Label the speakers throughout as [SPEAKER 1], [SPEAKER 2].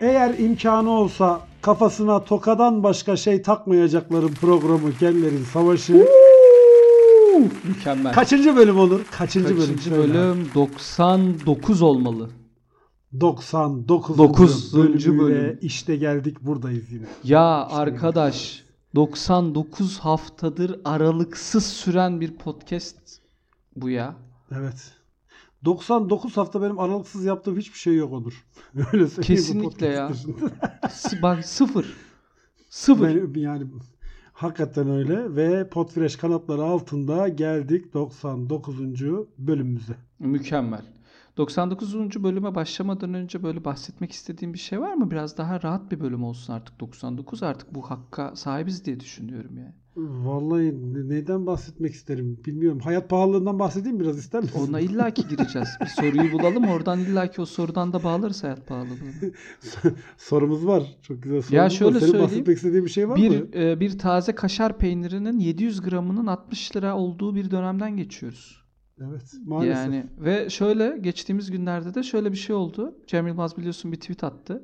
[SPEAKER 1] Eğer imkanı olsa kafasına tokadan başka şey takmayacakların programı Genlerin Savaşı.
[SPEAKER 2] Mükemmel.
[SPEAKER 1] Kaçıncı bölüm olur? Kaçıncı,
[SPEAKER 2] Kaçıncı
[SPEAKER 1] bölüm? Söyle.
[SPEAKER 2] bölüm? 99 olmalı.
[SPEAKER 1] 99.
[SPEAKER 2] Dokuzuncu
[SPEAKER 1] bölümüyle
[SPEAKER 2] bölüm.
[SPEAKER 1] işte geldik buradayız yine.
[SPEAKER 2] Ya arkadaş 99 haftadır aralıksız süren bir podcast bu ya.
[SPEAKER 1] Evet. 99 hafta benim aralıksız yaptığım hiçbir şey yok olur. Öyle söyleyeyim bu
[SPEAKER 2] Kesinlikle ya.
[SPEAKER 1] podcast dışında.
[SPEAKER 2] S- Bak sıfır. Sıfır.
[SPEAKER 1] Benim yani hakikaten öyle ve Potfresh kanatları altında geldik 99. bölümümüze.
[SPEAKER 2] Mükemmel. 99. bölüme başlamadan önce böyle bahsetmek istediğim bir şey var mı? Biraz daha rahat bir bölüm olsun artık 99 artık bu hakka sahibiz diye düşünüyorum yani.
[SPEAKER 1] Vallahi ne- neyden bahsetmek isterim bilmiyorum. Hayat pahalılığından bahsedeyim biraz ister misin?
[SPEAKER 2] Ona illaki gireceğiz. Bir soruyu bulalım oradan illaki o sorudan da bağlarız hayat pahalılığını.
[SPEAKER 1] Sorumuz var. Çok güzel sorumuz
[SPEAKER 2] şöyle
[SPEAKER 1] var. Senin
[SPEAKER 2] söyleyeyim.
[SPEAKER 1] bahsetmek istediğin bir şey var mı?
[SPEAKER 2] Bir, e, bir taze kaşar peynirinin 700 gramının 60 lira olduğu bir dönemden geçiyoruz.
[SPEAKER 1] Evet maalesef.
[SPEAKER 2] Yani ve şöyle geçtiğimiz günlerde de şöyle bir şey oldu. Cem Yılmaz biliyorsun bir tweet attı.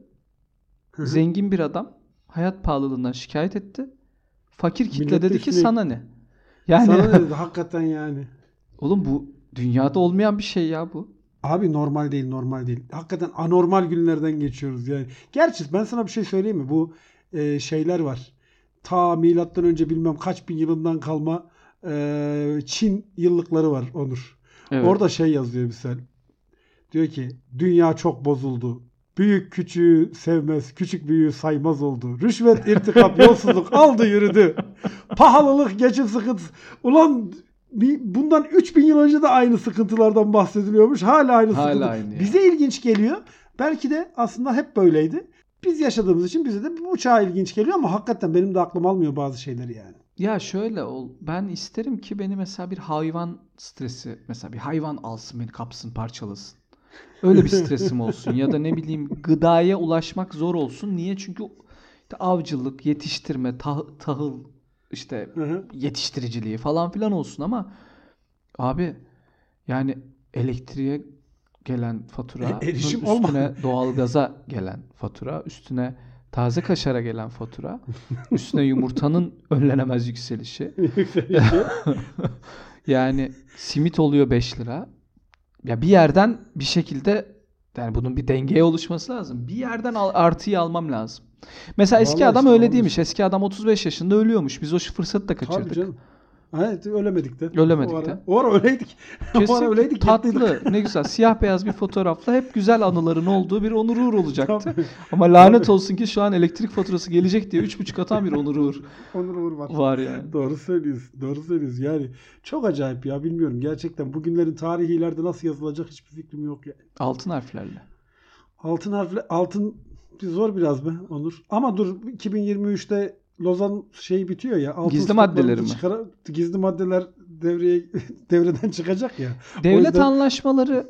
[SPEAKER 1] Hı hı.
[SPEAKER 2] Zengin bir adam hayat pahalılığından şikayet etti. Fakir kitle
[SPEAKER 1] Millet de
[SPEAKER 2] dedi ki
[SPEAKER 1] üstüne-
[SPEAKER 2] sana ne? Yani
[SPEAKER 1] Sana ne dedi? hakikaten yani.
[SPEAKER 2] oğlum bu dünyada olmayan bir şey ya bu.
[SPEAKER 1] Abi normal değil normal değil. Hakikaten anormal günlerden geçiyoruz yani. Gerçi ben sana bir şey söyleyeyim mi? Bu e, şeyler var. Ta milattan önce bilmem kaç bin yılından kalma e, Çin yıllıkları var Onur.
[SPEAKER 2] Evet.
[SPEAKER 1] Orada şey yazıyor misal. Diyor ki dünya çok bozuldu. Büyük küçüğü sevmez, küçük büyüğü saymaz oldu. Rüşvet, irtikap, yolsuzluk aldı yürüdü. Pahalılık, geçim sıkıntısı. Ulan bir- bundan 3000 yıl önce de aynı sıkıntılardan bahsediliyormuş. Hala aynı
[SPEAKER 2] Hala
[SPEAKER 1] sıkıntı.
[SPEAKER 2] aynı ya.
[SPEAKER 1] Bize ilginç geliyor. Belki de aslında hep böyleydi. Biz yaşadığımız için bize de bu çağ ilginç geliyor ama hakikaten benim de aklım almıyor bazı şeyleri yani.
[SPEAKER 2] Ya şöyle ol. Ben isterim ki beni mesela bir hayvan stresi mesela bir hayvan alsın beni kapsın parçalasın. Öyle bir stresim olsun ya da ne bileyim gıdaya ulaşmak zor olsun. Niye? Çünkü işte avcılık, yetiştirme, tah- tahıl işte
[SPEAKER 1] Hı hı.
[SPEAKER 2] yetiştiriciliği falan filan olsun ama abi yani elektriğe gelen fatura,
[SPEAKER 1] E- erişim
[SPEAKER 2] bunun üstüne
[SPEAKER 1] olmadı.
[SPEAKER 2] doğalgaza gelen fatura, üstüne taze kaşara gelen fatura, üstüne yumurtanın önlenemez yükselişi. yani simit oluyor 5 lira. Ya bir yerden bir şekilde yani bunun bir dengeye oluşması lazım. Bir yerden al- artıyı almam lazım. Mesela eski
[SPEAKER 1] Vallahi
[SPEAKER 2] adam
[SPEAKER 1] işte
[SPEAKER 2] öyle
[SPEAKER 1] onu
[SPEAKER 2] değilmiş. Eski adam 35 yaşında ölüyormuş. Biz o şu fırsatı da
[SPEAKER 1] Tabii
[SPEAKER 2] kaçırdık.
[SPEAKER 1] canım. Evet, ölemedik de.
[SPEAKER 2] Ölemedik
[SPEAKER 1] o ara,
[SPEAKER 2] de.
[SPEAKER 1] O ara öyleydik. o ara
[SPEAKER 2] Kesin
[SPEAKER 1] öyleydik. yatlıydık.
[SPEAKER 2] tatlı, ne güzel. Siyah beyaz bir fotoğrafla hep güzel anıların olduğu bir Onur Uğur olacaktı.
[SPEAKER 1] Tabii.
[SPEAKER 2] Ama lanet olsun ki şu an elektrik faturası gelecek diye 3,5 atan bir Onur Uğur
[SPEAKER 1] Onur Uğur var.
[SPEAKER 2] var yani.
[SPEAKER 1] Doğru söylüyorsun. Doğru söylüyorsun. Yani çok acayip ya bilmiyorum. Gerçekten bugünlerin tarihi ileride nasıl yazılacak hiçbir fikrim yok ya.
[SPEAKER 2] Altın harflerle.
[SPEAKER 1] Altın harfle altın zor biraz be Onur. Ama dur 2023'te Lozan şey bitiyor ya. Altın
[SPEAKER 2] Gizli
[SPEAKER 1] stoklarımızı
[SPEAKER 2] maddeleri mi?
[SPEAKER 1] çıkara- gizli maddeler devreye devreden çıkacak ya.
[SPEAKER 2] Devlet
[SPEAKER 1] yüzden-
[SPEAKER 2] anlaşmaları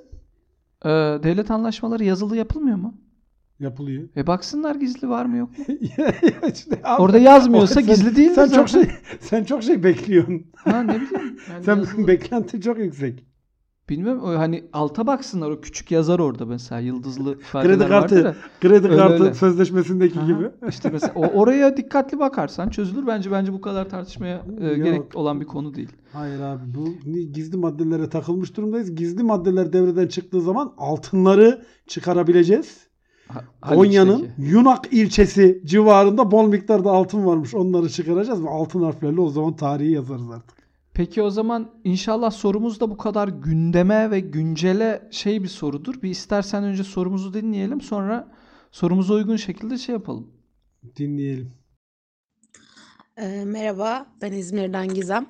[SPEAKER 2] e, devlet anlaşmaları yazılı yapılmıyor mu?
[SPEAKER 1] Yapılıyor.
[SPEAKER 2] E baksınlar gizli var mı yok mu?
[SPEAKER 1] İşte abi,
[SPEAKER 2] Orada yazmıyorsa
[SPEAKER 1] sen-
[SPEAKER 2] gizli değil
[SPEAKER 1] sen
[SPEAKER 2] zaten.
[SPEAKER 1] çok şey sen çok şey bekliyorsun.
[SPEAKER 2] Ha ne bileyim. Yani
[SPEAKER 1] Sen
[SPEAKER 2] yazılı-
[SPEAKER 1] beklenti çok yüksek.
[SPEAKER 2] Bilmem o hani alta baksınlar o küçük yazar orada mesela yıldızlı ifadeler
[SPEAKER 1] Kredi kartı,
[SPEAKER 2] vardır ya.
[SPEAKER 1] kredi
[SPEAKER 2] Öyle
[SPEAKER 1] kartı
[SPEAKER 2] öyle.
[SPEAKER 1] sözleşmesindeki
[SPEAKER 2] Aha.
[SPEAKER 1] gibi.
[SPEAKER 2] İşte mesela o, oraya dikkatli bakarsan çözülür. Bence bence bu kadar tartışmaya e,
[SPEAKER 1] Yok.
[SPEAKER 2] gerek olan bir konu değil.
[SPEAKER 1] Hayır abi bu ni- gizli maddelere takılmış durumdayız. Gizli maddeler devreden çıktığı zaman altınları çıkarabileceğiz.
[SPEAKER 2] Ha-
[SPEAKER 1] Konya'nın
[SPEAKER 2] Haliç'teki.
[SPEAKER 1] Yunak ilçesi civarında bol miktarda altın varmış. Onları çıkaracağız ve altın harflerle o zaman tarihi yazarız artık.
[SPEAKER 2] Peki o zaman inşallah sorumuz da bu kadar gündeme ve güncele şey bir sorudur. Bir istersen önce sorumuzu dinleyelim sonra sorumuza uygun şekilde şey yapalım.
[SPEAKER 1] Dinleyelim.
[SPEAKER 3] Ee, merhaba, ben İzmir'den Gizem.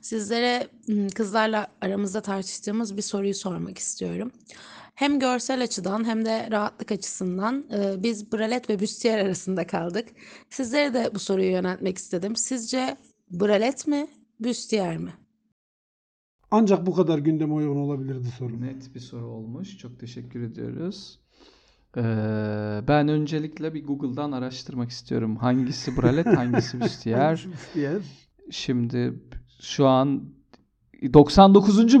[SPEAKER 3] Sizlere m, kızlarla aramızda tartıştığımız bir soruyu sormak istiyorum. Hem görsel açıdan hem de rahatlık açısından e, biz bralet ve büstiyer arasında kaldık. Sizlere de bu soruyu yöneltmek istedim. Sizce bralet mi, büstiyer mi?
[SPEAKER 1] Ancak bu kadar gündeme uygun olabilirdi soru.
[SPEAKER 2] Net bir soru olmuş. Çok teşekkür ediyoruz. Ee, ben öncelikle bir Google'dan araştırmak istiyorum. Hangisi bralet, hangisi büstiyer?
[SPEAKER 1] Diğer.
[SPEAKER 2] Şimdi şu an 99.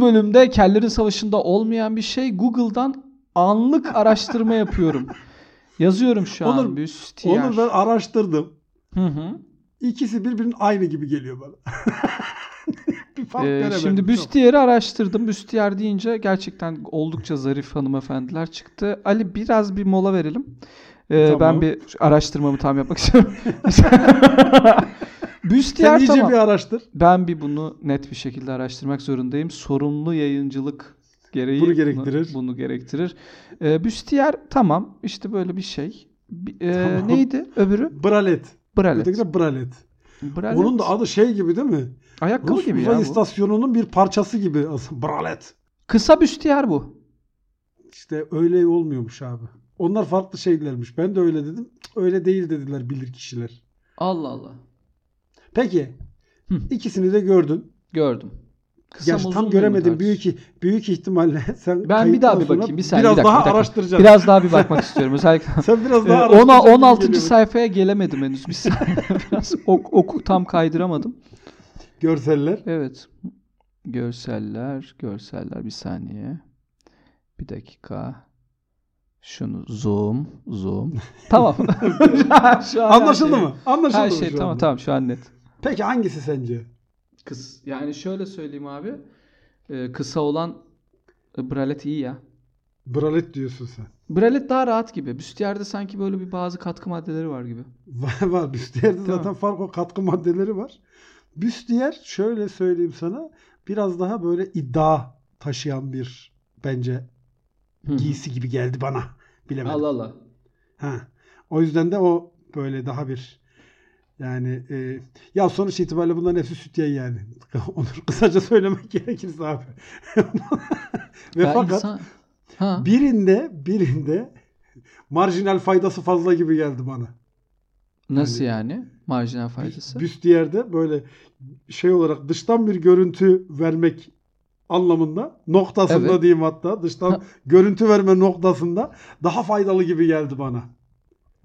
[SPEAKER 2] bölümde Kellerin Savaşı'nda olmayan bir şey Google'dan anlık araştırma yapıyorum. Yazıyorum şu an.
[SPEAKER 1] Onur-
[SPEAKER 2] Büstiyer.
[SPEAKER 1] Onu ben araştırdım.
[SPEAKER 2] Hı hı.
[SPEAKER 1] İkisi birbirinin aynı gibi geliyor bana. bir fark
[SPEAKER 2] Ee,
[SPEAKER 1] göremedim.
[SPEAKER 2] şimdi
[SPEAKER 1] çok.
[SPEAKER 2] Büstiyer'i araştırdım. Büstiyer deyince gerçekten oldukça zarif hanımefendiler çıktı. Ali biraz bir mola verelim. Ee,
[SPEAKER 1] Tamam.
[SPEAKER 2] Ben bir araştırmamı tam yapmak istiyorum.
[SPEAKER 1] Sen
[SPEAKER 2] Büstiyer
[SPEAKER 1] iyice
[SPEAKER 2] tamam.
[SPEAKER 1] bir araştır.
[SPEAKER 2] Ben bir bunu net bir şekilde araştırmak zorundayım. Sorumlu yayıncılık gereği
[SPEAKER 1] Bunu gerektirir.
[SPEAKER 2] Bunu, gerektirir. Ee, Büstiyer tamam işte böyle bir şey. Bi- e,
[SPEAKER 1] Tamam.
[SPEAKER 2] Neydi öbürü?
[SPEAKER 1] Bralet.
[SPEAKER 2] Bralet.
[SPEAKER 1] Öteki de bralet.
[SPEAKER 2] Bralet.
[SPEAKER 1] Onun da adı şey gibi değil mi?
[SPEAKER 2] ayakkabı
[SPEAKER 1] Rus
[SPEAKER 2] gibi
[SPEAKER 1] uzay
[SPEAKER 2] ya bu.
[SPEAKER 1] istasyonunun bir parçası gibi aslında. Bralet.
[SPEAKER 2] Kısa büstiyer bu.
[SPEAKER 1] İşte öyle olmuyormuş abi. Onlar farklı şeylermiş. Ben de öyle dedim. Öyle değil dediler bilir kişiler.
[SPEAKER 2] Allah Allah.
[SPEAKER 1] Peki.
[SPEAKER 2] Hı.
[SPEAKER 1] ikisini de gördün.
[SPEAKER 2] Gördüm. Kısa
[SPEAKER 1] Gerçi
[SPEAKER 2] mı, uzun
[SPEAKER 1] tam
[SPEAKER 2] mu
[SPEAKER 1] göremedim.
[SPEAKER 2] tartış-
[SPEAKER 1] Büyük büyük ihtimalle sen
[SPEAKER 2] Ben bir daha
[SPEAKER 1] kayıttan
[SPEAKER 2] bir
[SPEAKER 1] sonra
[SPEAKER 2] bakayım. Bir saniye,
[SPEAKER 1] biraz
[SPEAKER 2] bir dakika,
[SPEAKER 1] daha
[SPEAKER 2] bir dakika.
[SPEAKER 1] araştıracaksın.
[SPEAKER 2] Biraz daha bir bakmak istiyorum. Özellikle
[SPEAKER 1] Sen biraz
[SPEAKER 2] Ee,
[SPEAKER 1] daha
[SPEAKER 2] ona
[SPEAKER 1] araştıracaksın gibi
[SPEAKER 2] 16.
[SPEAKER 1] geliyor.
[SPEAKER 2] sayfaya gelemedim henüz. Bir saniye. Biraz ok, oku tam kaydıramadım.
[SPEAKER 1] Görseller.
[SPEAKER 2] Evet. Görseller, görseller bir saniye. Bir dakika. Şunu zoom, zoom. Tamam. Şu an her
[SPEAKER 1] Anlaşıldı
[SPEAKER 2] şey-
[SPEAKER 1] mı? Anlaşıldı
[SPEAKER 2] Her
[SPEAKER 1] mı
[SPEAKER 2] şey
[SPEAKER 1] şu
[SPEAKER 2] tamam
[SPEAKER 1] anda?
[SPEAKER 2] tamam şu an net.
[SPEAKER 1] Peki hangisi sence?
[SPEAKER 2] Kız yani şöyle söyleyeyim abi. Ee, kısa olan e, bralet iyi ya.
[SPEAKER 1] Bralet diyorsun sen.
[SPEAKER 2] Bralet daha rahat gibi. Büstiyerde sanki böyle bir bazı katkı maddeleri var gibi.
[SPEAKER 1] Var var. Büstiyer'de
[SPEAKER 2] Tamam.
[SPEAKER 1] zaten fark o katkı maddeleri var. Büstiyer şöyle söyleyeyim sana biraz daha böyle iddia taşıyan bir bence
[SPEAKER 2] Hı hı.
[SPEAKER 1] giysi gibi geldi bana. Bilemedim.
[SPEAKER 2] Allah Allah.
[SPEAKER 1] Ha. O yüzden de o böyle daha bir yani e, ya sonuç itibariyle bunların hepsi süt yayı yani. Onur kısaca söylemek gerekirse abi. Ve
[SPEAKER 2] Ya
[SPEAKER 1] fakat
[SPEAKER 2] insan- Ha.
[SPEAKER 1] birinde birinde marjinal faydası fazla gibi geldi bana.
[SPEAKER 2] Nasıl yani? Marjinal faydası.
[SPEAKER 1] Büstiyer'de böyle şey olarak dıştan bir görüntü vermek anlamında noktasında
[SPEAKER 2] Evet.
[SPEAKER 1] diyeyim hatta dıştan
[SPEAKER 2] Ha.
[SPEAKER 1] görüntü verme noktasında daha faydalı gibi geldi bana.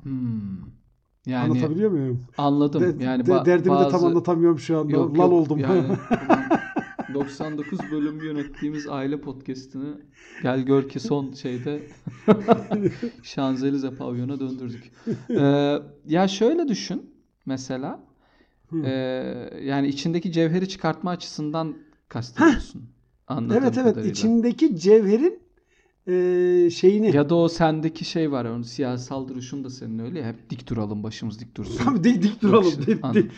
[SPEAKER 2] Hmm. Yani
[SPEAKER 1] Anlatabiliyor muyum?
[SPEAKER 2] anladım.
[SPEAKER 1] De-
[SPEAKER 2] yani
[SPEAKER 1] de-
[SPEAKER 2] ba-
[SPEAKER 1] derdimi de tam
[SPEAKER 2] bazı-
[SPEAKER 1] anlatamıyorum şu anda.
[SPEAKER 2] Yok,
[SPEAKER 1] Lal
[SPEAKER 2] yok.
[SPEAKER 1] oldum.
[SPEAKER 2] Yani 99 bölüm yönettiğimiz aile podcast'ini gel gör ki son şeyde Şanzelize pavyona döndürdük. Ee, ya şöyle düşün mesela
[SPEAKER 1] Hı.
[SPEAKER 2] Ee, yani içindeki cevheri çıkartma açısından kastediyorsun. Anladığım
[SPEAKER 1] evet evet
[SPEAKER 2] kadarıyla.
[SPEAKER 1] içindeki cevherin e, şeyini.
[SPEAKER 2] Ya da o sendeki şey var. Onun siyasal duruşun da senin öyle ya. Hep dik duralım başımız dik dursun.
[SPEAKER 1] Tamam dik dik duralım.
[SPEAKER 2] işte,
[SPEAKER 1] dik,
[SPEAKER 2] anladım.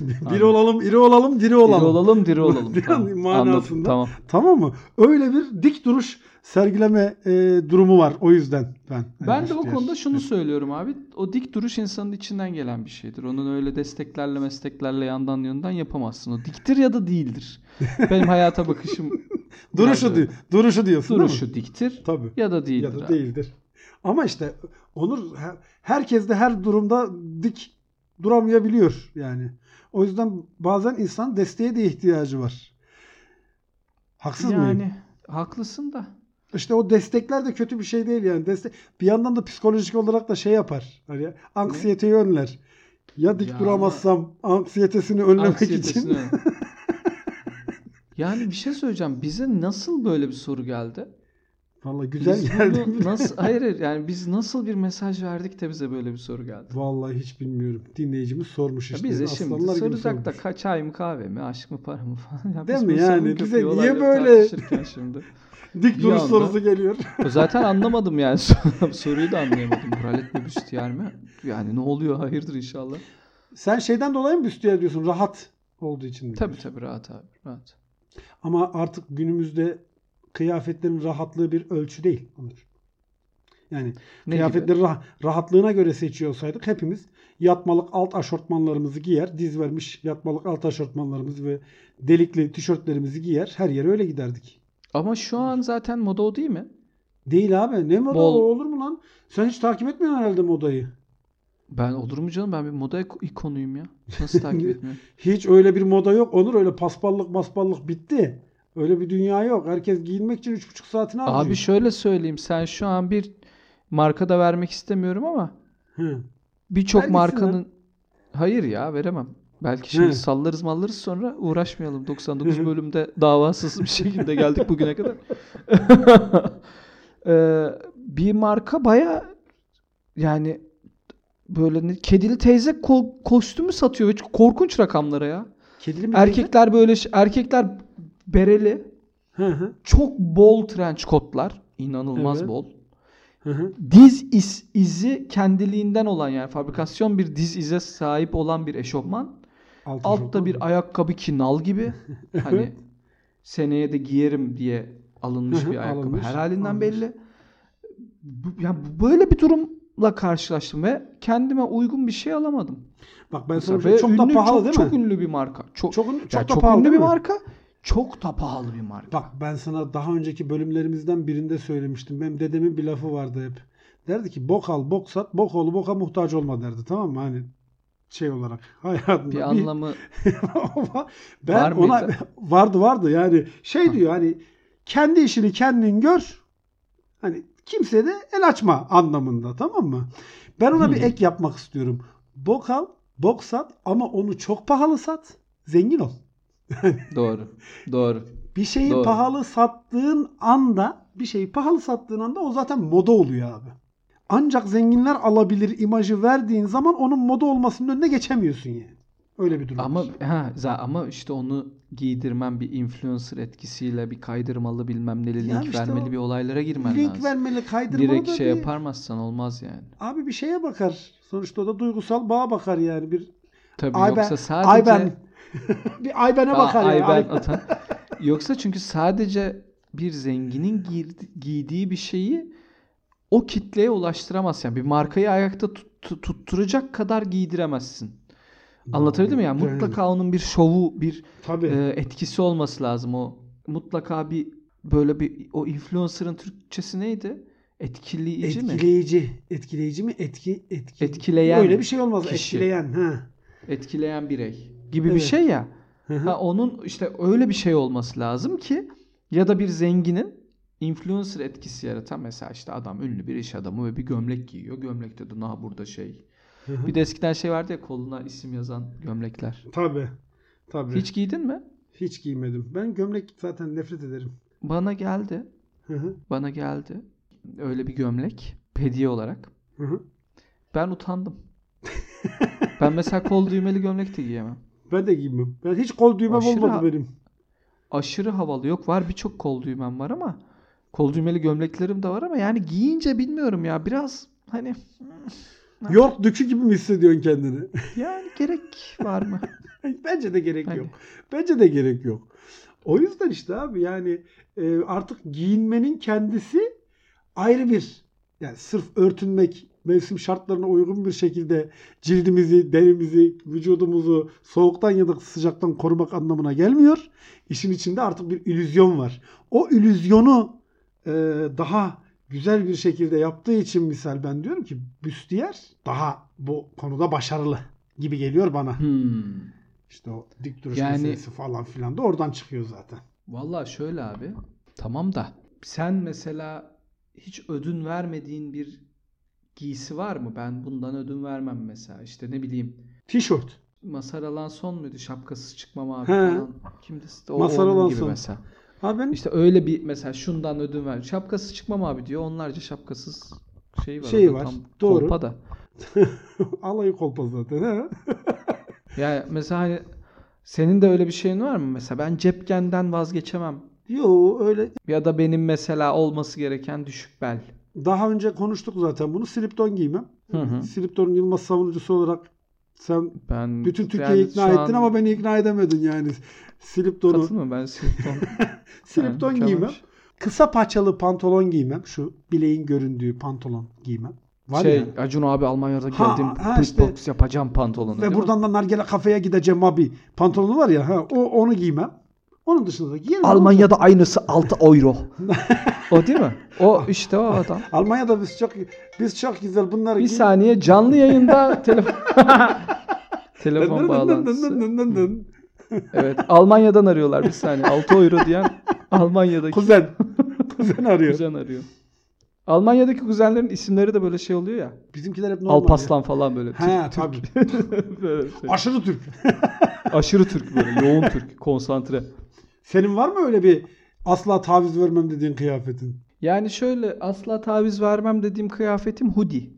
[SPEAKER 1] dik. Diri olalım, iri olalım, diri olalım.
[SPEAKER 2] Diri olalım diri olalım.
[SPEAKER 1] Yani
[SPEAKER 2] tamam. Anladım,
[SPEAKER 1] manasında.
[SPEAKER 2] tamam.
[SPEAKER 1] Tamam mı? Öyle bir dik duruş sergileme e, durumu var. O yüzden ben. e,
[SPEAKER 2] Ben de
[SPEAKER 1] Üstü
[SPEAKER 2] o
[SPEAKER 1] yer.
[SPEAKER 2] konuda şunu söylüyorum abi. O dik duruş insanın içinden gelen bir şeydir. Onun öyle desteklerle mesleklerle yandan yandan yapamazsın. O diktir ya da değildir. Benim hayata bakışım
[SPEAKER 1] duruşu diyor. Duruşu diyorsun değil mi?
[SPEAKER 2] duruşu diktir
[SPEAKER 1] Tabii.
[SPEAKER 2] ya da değildir.
[SPEAKER 1] Ya da
[SPEAKER 2] abi.
[SPEAKER 1] değildir. Ama işte Onur her- herkes de her durumda dik duramayabiliyor yani. O yüzden bazen insan desteğe de ihtiyacı var. Haksız mıyım?
[SPEAKER 2] Yani haklısın da.
[SPEAKER 1] İşte o destekler de kötü bir şey değil yani. Destek bir yandan da psikolojik olarak da şey yapar. Hani anksiyeteyi önler. Ya dik
[SPEAKER 2] Ya
[SPEAKER 1] duramazsam anksiyetesini önlemek
[SPEAKER 2] Anksiyetesini
[SPEAKER 1] için.
[SPEAKER 2] ön- yani bir şey söyleyeceğim. Bize nasıl böyle bir soru geldi?
[SPEAKER 1] Vallahi güzel
[SPEAKER 2] Biz
[SPEAKER 1] geldi.
[SPEAKER 2] bunu Nasıl, hayır hayır yani biz nasıl bir mesaj verdik de bize böyle bir soru geldi?
[SPEAKER 1] Vallahi hiç bilmiyorum. Dinleyicimiz sormuş
[SPEAKER 2] Ya
[SPEAKER 1] işte.
[SPEAKER 2] bize şimdi
[SPEAKER 1] Aslanlar gibi
[SPEAKER 2] soracak da
[SPEAKER 1] sormuş.
[SPEAKER 2] ka- çay mı kahve mi aşk mı para mı falan. Ya
[SPEAKER 1] Değil
[SPEAKER 2] biz
[SPEAKER 1] mi?
[SPEAKER 2] bu sorunun
[SPEAKER 1] Yani
[SPEAKER 2] kökü
[SPEAKER 1] bize niye
[SPEAKER 2] olayları
[SPEAKER 1] böyle-
[SPEAKER 2] tartışırken şimdi.
[SPEAKER 1] Dik
[SPEAKER 2] bir
[SPEAKER 1] duruş
[SPEAKER 2] anda-
[SPEAKER 1] sorusu geliyor.
[SPEAKER 2] Zaten anlamadım yani soruyu da anlayamadım. Buralet mi büstiyer mi? Yani ne oluyor hayırdır inşallah.
[SPEAKER 1] Sen şeyden dolayı mı büstüyer diyorsun? Rahat olduğu için mi?
[SPEAKER 2] Tabii tabii rahat abi rahat.
[SPEAKER 1] Ama artık günümüzde kıyafetlerin rahatlığı bir ölçü değil. Onur. Yani
[SPEAKER 2] Ne gibi?
[SPEAKER 1] kıyafetleri rah- rahatlığına göre seçiyor olsaydık hepimiz yatmalık alt aşortmanlarımızı giyer, diz vermiş yatmalık alt aşortmanlarımızı ve delikli tişörtlerimizi giyer, her yere öyle giderdik.
[SPEAKER 2] Ama şu an zaten moda o değil mi?
[SPEAKER 1] Değil abi. Ne moda
[SPEAKER 2] Bol-
[SPEAKER 1] o olur mu lan? Sen hiç takip etmiyorsun herhalde modayı.
[SPEAKER 2] Ben olur mu canım ben bir moda ik- ikonuyum ya. Nasıl takip etmiyorum?
[SPEAKER 1] Hiç öyle bir moda yok. Onur öyle paspallık paspallık bitti. Öyle bir dünya yok. Herkes giyinmek için 3,5 saatini harcıyor.
[SPEAKER 2] Abi şöyle söyleyeyim sen şu an bir marka da vermek istemiyorum ama
[SPEAKER 1] Hı.
[SPEAKER 2] Birçok
[SPEAKER 1] Vergisi
[SPEAKER 2] markanın hayır ya veremem. Belki şimdi
[SPEAKER 1] He.
[SPEAKER 2] sallarız mallarız sonra uğraşmayalım. 99 bölümde davasız bir şekilde geldik bugüne kadar. Ee, bir marka baya Yani böyle ne, kedili teyze ko- kostümü satıyor ve çok korkunç rakamlara ya.
[SPEAKER 1] Kedili mi? teyze?
[SPEAKER 2] Erkekler böyle ş- erkekler bereli,
[SPEAKER 1] Hı hı,
[SPEAKER 2] çok bol trench kotlar, inanılmaz
[SPEAKER 1] Evet.
[SPEAKER 2] bol.
[SPEAKER 1] hı hı.
[SPEAKER 2] Diz iz- izi kendiliğinden olan yani fabrikasyon bir diz ize sahip olan bir eşofman.
[SPEAKER 1] Altı
[SPEAKER 2] Altta
[SPEAKER 1] çok-
[SPEAKER 2] bir ayakkabı ki nal gibi. Hani seneye de giyerim diye
[SPEAKER 1] Hı
[SPEAKER 2] alınmış
[SPEAKER 1] hı,
[SPEAKER 2] bir ayakkabı.
[SPEAKER 1] alınmış,
[SPEAKER 2] Her halinden
[SPEAKER 1] alınmış.
[SPEAKER 2] belli. Bu- Ya bu- böyle bir durumla karşılaştım ve kendime uygun bir şey alamadım.
[SPEAKER 1] Bak ben sana
[SPEAKER 2] Mesela
[SPEAKER 1] bir şey-
[SPEAKER 2] ve
[SPEAKER 1] çok da
[SPEAKER 2] ünlü-
[SPEAKER 1] pahalı
[SPEAKER 2] çok-
[SPEAKER 1] değil
[SPEAKER 2] Çok
[SPEAKER 1] mi?
[SPEAKER 2] ünlü bir marka. Çok,
[SPEAKER 1] Çok, ünlü-
[SPEAKER 2] ya
[SPEAKER 1] çok, da
[SPEAKER 2] çok
[SPEAKER 1] pahalı
[SPEAKER 2] ünlü
[SPEAKER 1] değil
[SPEAKER 2] bir
[SPEAKER 1] mi?
[SPEAKER 2] marka. Çok da pahalı bir marka.
[SPEAKER 1] Bak ben sana daha önceki bölümlerimizden birinde söylemiştim. Benim dedemin bir lafı vardı hep. Derdi ki bok al, bok sat, bok oğlu boka muhtaç olma derdi. Tamam mı? Hani şey olarak hayatında.
[SPEAKER 2] bir anlamı
[SPEAKER 1] Ama ben
[SPEAKER 2] Var
[SPEAKER 1] ona
[SPEAKER 2] mıydı?
[SPEAKER 1] vardı vardı yani şey
[SPEAKER 2] Ha.
[SPEAKER 1] diyor hani kendi işini kendin gör. Hani kimseye de el açma anlamında tamam mı? Ben ona bir
[SPEAKER 2] Hmm.
[SPEAKER 1] ek yapmak istiyorum. Bok al, bok sat ama onu çok pahalı sat. Zengin ol.
[SPEAKER 2] doğru. Doğru.
[SPEAKER 1] Bir şeyi
[SPEAKER 2] Doğru.
[SPEAKER 1] pahalı sattığın anda, bir şeyi pahalı sattığın anda o zaten moda oluyor abi. Ancak zenginler alabilir imajı verdiğin zaman onun moda olmasının önüne geçemiyorsun yani. Öyle bir durum.
[SPEAKER 2] Ama
[SPEAKER 1] var.
[SPEAKER 2] ha za- ama işte onu giydirmen bir influencer etkisiyle bir kaydırmalı bilmem neli
[SPEAKER 1] Ya
[SPEAKER 2] link
[SPEAKER 1] işte
[SPEAKER 2] vermeli
[SPEAKER 1] o
[SPEAKER 2] bir olaylara girmen
[SPEAKER 1] link
[SPEAKER 2] lazım.
[SPEAKER 1] vermeli, kaydırmalı
[SPEAKER 2] Direkt
[SPEAKER 1] da
[SPEAKER 2] şey
[SPEAKER 1] bir-
[SPEAKER 2] yaparmazsan olmaz yani.
[SPEAKER 1] Abi bir şeye bakar. Sonuçta o da duygusal bağa bakar yani. Bir
[SPEAKER 2] Tabii
[SPEAKER 1] ay ben,
[SPEAKER 2] yoksa sadece
[SPEAKER 1] ay ben. bir ay bene
[SPEAKER 2] Aa,
[SPEAKER 1] bakar
[SPEAKER 2] ay
[SPEAKER 1] yani.
[SPEAKER 2] ben atan. Yoksa çünkü sadece bir zenginin giydi- giydiği bir şeyi o kitleye ulaştıramazsın. Yani bir markayı ayakta tut- tut- tutturacak kadar giydiremezsin. Anlatabildim mi? Yani
[SPEAKER 1] Evet.
[SPEAKER 2] mutlaka onun bir şovu, bir
[SPEAKER 1] Tabii.
[SPEAKER 2] e, etkisi olması lazım o. Mutlaka bir böyle bir o influencer'ın Türkçesi neydi? Etkileyici mi?
[SPEAKER 1] etkileyici. Etkileyici mi? Etki, etki.
[SPEAKER 2] Etkileyen
[SPEAKER 1] Öyle bir şey olmaz.
[SPEAKER 2] kişi.
[SPEAKER 1] Etkileyen. Ha.
[SPEAKER 2] Etkileyen birey gibi bir
[SPEAKER 1] Evet.
[SPEAKER 2] şey ya.
[SPEAKER 1] Hı hı.
[SPEAKER 2] Ha, onun işte öyle bir şey olması lazım ki ya da bir zenginin influencer etkisi yaratan mesela işte adam ünlü bir iş adamı ve bir gömlek giyiyor. Gömlekte de daha burada şey.
[SPEAKER 1] Hı hı.
[SPEAKER 2] Bir de eskiden şey vardı ya koluna isim yazan gömlekler.
[SPEAKER 1] Tabii. Tabii. Hiç...
[SPEAKER 2] Hiç giydin mi?
[SPEAKER 1] giymedim. Ben gömlek zaten nefret ederim.
[SPEAKER 2] Bana geldi.
[SPEAKER 1] Hı hı.
[SPEAKER 2] Bana geldi. Öyle bir gömlek hediye olarak.
[SPEAKER 1] Hı hı.
[SPEAKER 2] Ben utandım. ben mesela kol düğmeli gömlek de giyemem.
[SPEAKER 1] Ben de giymem. Ben hiç kol düğmem
[SPEAKER 2] Aşırı ha-
[SPEAKER 1] olmadı benim.
[SPEAKER 2] aşırı havalı. Yok var birçok kol düğmem var ama kol düğmeli gömleklerim de var ama yani giyince bilmiyorum ya biraz hani Ha.
[SPEAKER 1] York dükü gibi mi hissediyorsun kendini?
[SPEAKER 2] yani gerek var mı?
[SPEAKER 1] Bence de gerek
[SPEAKER 2] Hani.
[SPEAKER 1] yok. Bence de gerek yok. O yüzden işte abi yani e, artık giyinmenin kendisi ayrı bir yani sırf örtünmek mevsim şartlarına uygun bir şekilde cildimizi, derimizi, vücudumuzu soğuktan ya da sıcaktan korumak anlamına gelmiyor. İşin içinde artık bir illüzyon var. O illüzyonu e, daha güzel bir şekilde yaptığı için misal ben diyorum ki Büstiyer daha bu konuda başarılı gibi geliyor bana.
[SPEAKER 2] Hmm.
[SPEAKER 1] İşte o dik duruş
[SPEAKER 2] Yani-
[SPEAKER 1] meselesi falan filan da oradan çıkıyor zaten.
[SPEAKER 2] Valla şöyle abi. Tamam da sen mesela hiç ödün vermediğin bir giysi var mı? Ben bundan ödün vermem mesela. İşte ne biliyim
[SPEAKER 1] Tişört.
[SPEAKER 2] Masar Alanson muydu? Şapkasız çıkmam abi
[SPEAKER 1] He.
[SPEAKER 2] falan. Kimdi? O
[SPEAKER 1] Mazhar
[SPEAKER 2] onun gibi
[SPEAKER 1] Alanson.
[SPEAKER 2] mesela.
[SPEAKER 1] Abi ben
[SPEAKER 2] İşte öyle bir mesela şundan ödün ver. Şapkasız çıkmam abi diyor. Onlarca şapkasız şey var.
[SPEAKER 1] Şey
[SPEAKER 2] orada
[SPEAKER 1] var,
[SPEAKER 2] Tam
[SPEAKER 1] doğru.
[SPEAKER 2] kolpa da.
[SPEAKER 1] alayı kolpaz zaten. He?
[SPEAKER 2] Yani mesela hani senin de öyle bir şeyin var mı? Mesela ben cepkenden vazgeçemem.
[SPEAKER 1] Yo öyle.
[SPEAKER 2] Ya da benim mesela olması gereken düşük bel.
[SPEAKER 1] Daha önce konuştuk zaten bunu. Slipton giymem.
[SPEAKER 2] Hı hı.
[SPEAKER 1] Slipton'un Yılmaz savunucusu olarak sen
[SPEAKER 2] Ben
[SPEAKER 1] bütün Türkiye'yi
[SPEAKER 2] yani
[SPEAKER 1] ikna
[SPEAKER 2] şu an
[SPEAKER 1] ettin ama beni ikna edemedin yani. Slipton'u.
[SPEAKER 2] katılmıyorum. ben Slipton.
[SPEAKER 1] Slipton
[SPEAKER 2] Yani
[SPEAKER 1] giymem.
[SPEAKER 2] mükemmel.
[SPEAKER 1] Kısa paçalı pantolon giymem. Şu bileğin göründüğü pantolon giymem. Var
[SPEAKER 2] şey
[SPEAKER 1] ya.
[SPEAKER 2] Acun abi Almanya'da
[SPEAKER 1] Ha,
[SPEAKER 2] geldim.
[SPEAKER 1] ha
[SPEAKER 2] Pink
[SPEAKER 1] işte.
[SPEAKER 2] box yapacağım pantolonu. değil
[SPEAKER 1] Ve
[SPEAKER 2] mi?
[SPEAKER 1] buradan da nargile kafeye gideceğim abi. Pantolonu var ya. Ha, o onu giymem. Onun dışında da giyerim.
[SPEAKER 2] Almanya'da aynısı 6 euro. o değil mi? O işte o adam.
[SPEAKER 1] Almanya'da biz çok biz çok güzel bunları
[SPEAKER 2] Bir
[SPEAKER 1] giy-
[SPEAKER 2] saniye canlı yayında telefon
[SPEAKER 1] Dın dın
[SPEAKER 2] telefon
[SPEAKER 1] dın dın dın
[SPEAKER 2] bağlantısı.
[SPEAKER 1] dın dın dın.
[SPEAKER 2] Evet, Almanya'dan arıyorlar bir saniye. 6 euro diyen Almanya'daki
[SPEAKER 1] Kuzen. Kuzen arıyor.
[SPEAKER 2] kuzen arıyor. Almanya'daki kuzenlerin isimleri de böyle şey oluyor ya.
[SPEAKER 1] Bizimkiler hep normal.
[SPEAKER 2] Alpaslan falan böyle.
[SPEAKER 1] He
[SPEAKER 2] Türk,
[SPEAKER 1] tabii.
[SPEAKER 2] Türk, böyle şey.
[SPEAKER 1] Aşırı Türk.
[SPEAKER 2] Aşırı Türk böyle, yoğun Türk, konsantre.
[SPEAKER 1] Senin var mı öyle bir asla taviz vermem dediğin kıyafetin?
[SPEAKER 2] Yani şöyle asla taviz vermem dediğim kıyafetim hoodie.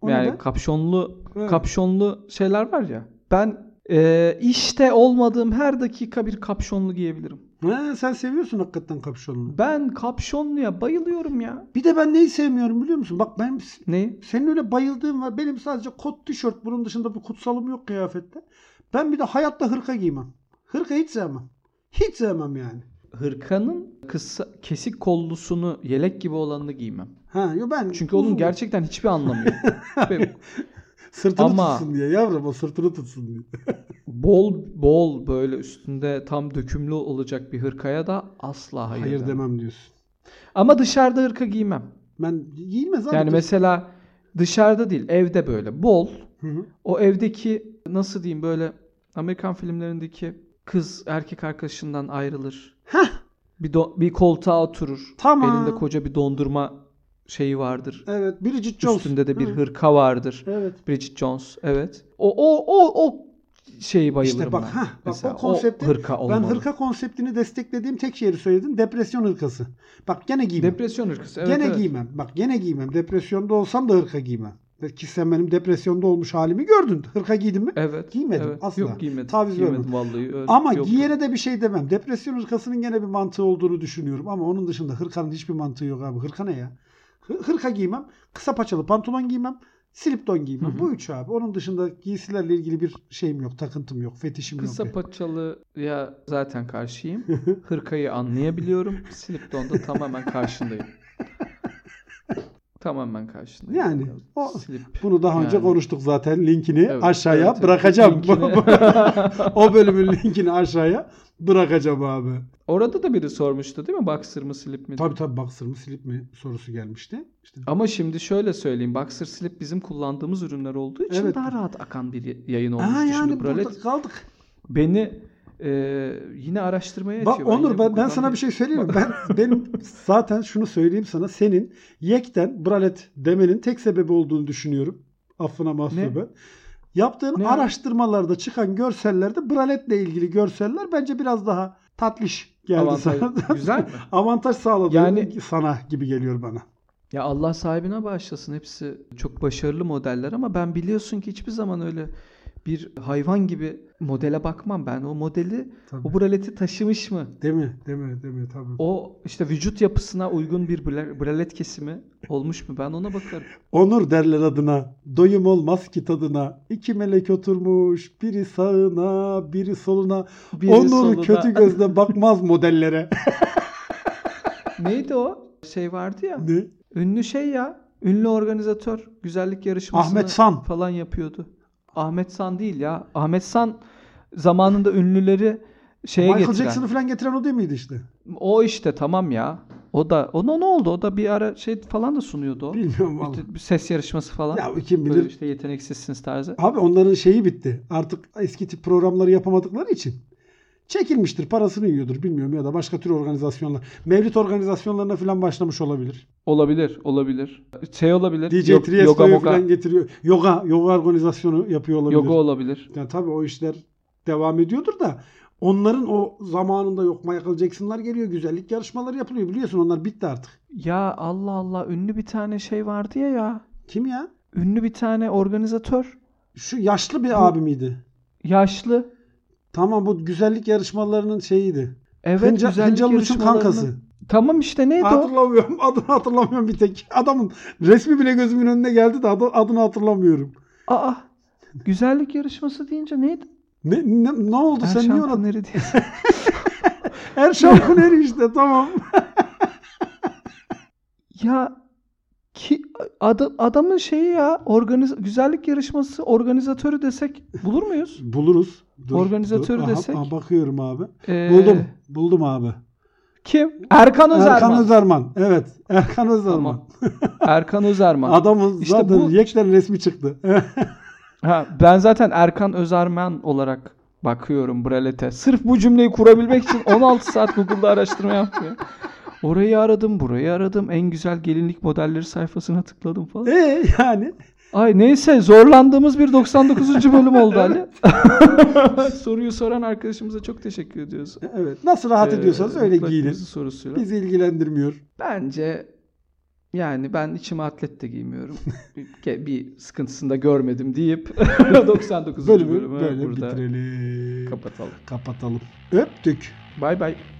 [SPEAKER 1] O
[SPEAKER 2] yani
[SPEAKER 1] neden?
[SPEAKER 2] kapşonlu
[SPEAKER 1] Evet.
[SPEAKER 2] kapşonlu şeyler var ya. Ben e, işte olmadığım her dakika bir kapşonlu giyebilirim.
[SPEAKER 1] Ha, sen seviyorsun hakikaten kapşonlu.
[SPEAKER 2] Ben kapşonluya bayılıyorum ya.
[SPEAKER 1] Bir de ben neyi sevmiyorum biliyor musun? Bak ben
[SPEAKER 2] Ne?
[SPEAKER 1] senin öyle bayıldığın var. Benim sadece kot tişört bunun dışında bir kutsalım yok kıyafette. Ben bir de hayatta hırka giymem. Hırka hiç sevmem. Hiç sevmem yani.
[SPEAKER 2] Hırkanın kısa kesik kollusunu yelek gibi olanını giymem.
[SPEAKER 1] Ha, yo ben
[SPEAKER 2] Çünkü onun
[SPEAKER 1] uzun-
[SPEAKER 2] gerçekten hiçbir anlamı yok. Ve
[SPEAKER 1] sırtını
[SPEAKER 2] Ama-
[SPEAKER 1] tutsun diye yavrum o sırtını tutsun diye.
[SPEAKER 2] bol bol böyle üstünde tam dökümlü olacak bir hırkaya da asla hayır,
[SPEAKER 1] Hayır,
[SPEAKER 2] demem.
[SPEAKER 1] demem diyorsun.
[SPEAKER 2] Ama dışarıda hırka giymem.
[SPEAKER 1] Ben giyilmez abi.
[SPEAKER 2] Yani mesela dışarıda değil evde böyle bol
[SPEAKER 1] Hı hı.
[SPEAKER 2] O evdeki nasıl diyeyim böyle Amerikan filmlerindeki kız erkek arkadaşından ayrılır.
[SPEAKER 1] Hah!
[SPEAKER 2] Bir do- bir koltuğa oturur.
[SPEAKER 1] Tamam.
[SPEAKER 2] Elinde koca bir dondurma şeyi vardır.
[SPEAKER 1] Evet, Bridget Jones.
[SPEAKER 2] Üstünde de bir
[SPEAKER 1] Hı.
[SPEAKER 2] hırka vardır.
[SPEAKER 1] Evet.
[SPEAKER 2] Bridget Jones evet. O o o o şeyi bayılırım
[SPEAKER 1] İşte bak,
[SPEAKER 2] ben.
[SPEAKER 1] hah, bak o
[SPEAKER 2] Mesela
[SPEAKER 1] konsepti-
[SPEAKER 2] hırka olmalı.
[SPEAKER 1] Ben hırka konseptini desteklediğim tek şeyi söyledin. Depresyon hırkası. Bak gene giymem.
[SPEAKER 2] Depresyon hırkası. Evet,
[SPEAKER 1] gene
[SPEAKER 2] evet.
[SPEAKER 1] giymem. Bak gene giymem. Depresyonda olsam da hırka giymem. Ki sen benim depresyonda olmuş halimi gördün. Hırka giydim mi?
[SPEAKER 2] Evet.
[SPEAKER 1] Giymedim
[SPEAKER 2] evet.
[SPEAKER 1] asla.
[SPEAKER 2] Yok giymedim.
[SPEAKER 1] Taviz
[SPEAKER 2] giymedim
[SPEAKER 1] vermem.
[SPEAKER 2] vallahi. öyle-
[SPEAKER 1] Ama
[SPEAKER 2] yok.
[SPEAKER 1] giyene de bir şey demem. Depresyon hırkasının gene bir mantığı olduğunu düşünüyorum. Ama onun dışında hırkanın hiçbir mantığı yok abi. Hırka ne ya? Hı- Hırka giymem. Kısa paçalı pantolon giymem. Slipton giymem.
[SPEAKER 2] Hı hı.
[SPEAKER 1] Bu üç abi. Onun dışında giysilerle ilgili bir şeyim yok. Takıntım yok. Fetişim
[SPEAKER 2] Kısa
[SPEAKER 1] yok.
[SPEAKER 2] paçalı ya zaten karşıyım. Hırkayı anlayabiliyorum. Slipton'da tamamen karşındayım. tamamen karşındayım.
[SPEAKER 1] Yani o-
[SPEAKER 2] Slip.
[SPEAKER 1] Bunu daha önce
[SPEAKER 2] Yani.
[SPEAKER 1] konuştuk zaten. Linkini
[SPEAKER 2] Evet,
[SPEAKER 1] aşağıya
[SPEAKER 2] evet, evet.
[SPEAKER 1] bırakacağım.
[SPEAKER 2] Linkini-
[SPEAKER 1] o bölümün linkini aşağıya bırakacağım abi.
[SPEAKER 2] Orada da biri sormuştu değil mi? Boxer mı slip mi? diye.
[SPEAKER 1] Tabii tabii baksır mı slip mi sorusu gelmişti. İşte
[SPEAKER 2] Ama şimdi şöyle söyleyeyim. Boxer slip bizim kullandığımız ürünler olduğu için
[SPEAKER 1] Evet.
[SPEAKER 2] daha rahat akan bir yayın olmuş.
[SPEAKER 1] Aa yani
[SPEAKER 2] şimdi
[SPEAKER 1] burada
[SPEAKER 2] Bralet
[SPEAKER 1] kaldık.
[SPEAKER 2] beni e, yine araştırmaya
[SPEAKER 1] Bak
[SPEAKER 2] itiyor.
[SPEAKER 1] Onur ben,
[SPEAKER 2] yine
[SPEAKER 1] ben
[SPEAKER 2] buradan
[SPEAKER 1] sana bir şey söyleyeyim mi? Ben benim zaten şunu söyleyeyim sana senin yekten bralet demenin tek sebebi olduğunu düşünüyorum. Affına
[SPEAKER 2] Ne?
[SPEAKER 1] mahsup ben. Yaptığın
[SPEAKER 2] Ne?
[SPEAKER 1] araştırmalarda çıkan görsellerde braletle ilgili görseller bence biraz daha tatlış geldi
[SPEAKER 2] Avantaj-
[SPEAKER 1] sana.
[SPEAKER 2] Güzel mi?
[SPEAKER 1] Avantaj sağladı
[SPEAKER 2] Yani-
[SPEAKER 1] sana gibi geliyor bana.
[SPEAKER 2] Ya Allah sahibine bağışlasın. Hepsi çok başarılı modeller ama ben biliyorsun ki hiçbir zaman öyle bir hayvan gibi modele bakmam ben. O modeli,
[SPEAKER 1] Tabii.
[SPEAKER 2] o braleti taşımış mı?
[SPEAKER 1] Değil mi? Değil mi? Değil mi? Tabii.
[SPEAKER 2] O işte vücut yapısına uygun bir bra- bralet kesimi olmuş mu? Ben ona bakarım.
[SPEAKER 1] Onur derler adına, doyum olmaz ki tadına. İki melek oturmuş, biri sağına, biri soluna.
[SPEAKER 2] Biri
[SPEAKER 1] Onur
[SPEAKER 2] soluna-
[SPEAKER 1] kötü gözle bakmaz modellere.
[SPEAKER 2] Neydi o? Şey vardı ya.
[SPEAKER 1] Ne?
[SPEAKER 2] Ünlü şey ya. Ünlü organizatör. Güzellik yarışmasını
[SPEAKER 1] Ahmet San.
[SPEAKER 2] falan yapıyordu. Ahmet San değil ya. Ahmet San zamanında ünlüleri şeye
[SPEAKER 1] Michael
[SPEAKER 2] getiren.
[SPEAKER 1] Jackson'ı falan getiren o değil miydi işte?
[SPEAKER 2] O işte tamam ya. O da ona ne oldu? O da bir ara şey falan da sunuyordu o.
[SPEAKER 1] Bilmiyorum
[SPEAKER 2] Bir-
[SPEAKER 1] valla.
[SPEAKER 2] bir ses yarışması falan.
[SPEAKER 1] Ya kim
[SPEAKER 2] Böyle
[SPEAKER 1] bilir.
[SPEAKER 2] işte yeteneksizsiniz tarzı.
[SPEAKER 1] şey. Abi onların şeyi bitti. Artık eski tip programları yapamadıkları için. Çekilmiştir, parasını yiyordur bilmiyorum ya da başka tür organizasyonlar. Mevlüt organizasyonlarına falan başlamış olabilir.
[SPEAKER 2] Olabilir, olabilir. Şey olabilir.
[SPEAKER 1] DJ
[SPEAKER 2] yok- yoga
[SPEAKER 1] Triesto'yu
[SPEAKER 2] moga.
[SPEAKER 1] falan getiriyor. Yoga, yoga organizasyonu yapıyor olabilir.
[SPEAKER 2] Yoga olabilir.
[SPEAKER 1] Yani tabii o işler devam ediyordur da onların o zamanında yok Michael Jackson'lar geliyor. Güzellik yarışmaları yapılıyor. Biliyorsun onlar bitti artık.
[SPEAKER 2] Ya Allah Allah ünlü bir tane şey vardı ya ya.
[SPEAKER 1] Kim ya?
[SPEAKER 2] Ünlü bir tane organizatör.
[SPEAKER 1] Şu yaşlı bir
[SPEAKER 2] Bu-
[SPEAKER 1] abi miydi?
[SPEAKER 2] Yaşlı.
[SPEAKER 1] Tamam bu güzellik yarışmalarının şeyiydi.
[SPEAKER 2] Evet
[SPEAKER 1] Evet, Hınca,
[SPEAKER 2] güzellik
[SPEAKER 1] Hıncalı Uç'un
[SPEAKER 2] yarışmalarını-
[SPEAKER 1] kankası.
[SPEAKER 2] Tamam işte neydi o?
[SPEAKER 1] Hatırlamıyorum. Adını hatırlamıyorum bir tek. Adamın resmi bile gözümün önüne geldi de adı- adını hatırlamıyorum.
[SPEAKER 2] Aa. Güzellik yarışması deyince neydi?
[SPEAKER 1] Ne, ne, ne oldu sen niye
[SPEAKER 2] Erşan
[SPEAKER 1] ona?
[SPEAKER 2] Kuneri diye.
[SPEAKER 1] Erşan Kuneri işte tamam.
[SPEAKER 2] Ya ki adam adamın şeyi ya organiz güzellik yarışması organizatörü desek bulur muyuz?
[SPEAKER 1] Buluruz. Dur,
[SPEAKER 2] Organizatörü
[SPEAKER 1] aha,
[SPEAKER 2] desek?
[SPEAKER 1] aha, bakıyorum abi.
[SPEAKER 2] Ee,
[SPEAKER 1] Buldum. Buldum abi.
[SPEAKER 2] Kim? Erkan Özerman.
[SPEAKER 1] Erkan Özerman. Evet. Erkan Özerman.
[SPEAKER 2] Erkan Özerman.
[SPEAKER 1] Adamın
[SPEAKER 2] İşte
[SPEAKER 1] zaten
[SPEAKER 2] bu-
[SPEAKER 1] yekten resmi çıktı.
[SPEAKER 2] Ha, ben zaten Erkan Özerman olarak bakıyorum Bralet'e. Sırf bu cümleyi kurabilmek için 16 saat Google'da araştırma yaptım. ya. Orayı aradım, burayı aradım. En güzel gelinlik modelleri sayfasına tıkladım falan.
[SPEAKER 1] e yani
[SPEAKER 2] Ay neyse zorlandığımız bir 99. bölüm oldu Ali. Soruyu soran arkadaşımıza çok teşekkür ediyoruz.
[SPEAKER 1] evet nasıl rahat
[SPEAKER 2] Ee,
[SPEAKER 1] ediyorsanız öyle
[SPEAKER 2] mutlak
[SPEAKER 1] giyinin.
[SPEAKER 2] bizi sorusuyla.
[SPEAKER 1] Bizi ilgilendirmiyor.
[SPEAKER 2] Bence Yani ben içime atlet de giymiyorum. bir, ke- bir sıkıntısını da görmedim deyip 99.
[SPEAKER 1] Bölümü
[SPEAKER 2] bölümü
[SPEAKER 1] böyle
[SPEAKER 2] burada
[SPEAKER 1] bitirelim.
[SPEAKER 2] kapatalım.
[SPEAKER 1] Kapatalım. Öptük.
[SPEAKER 2] Bay bay.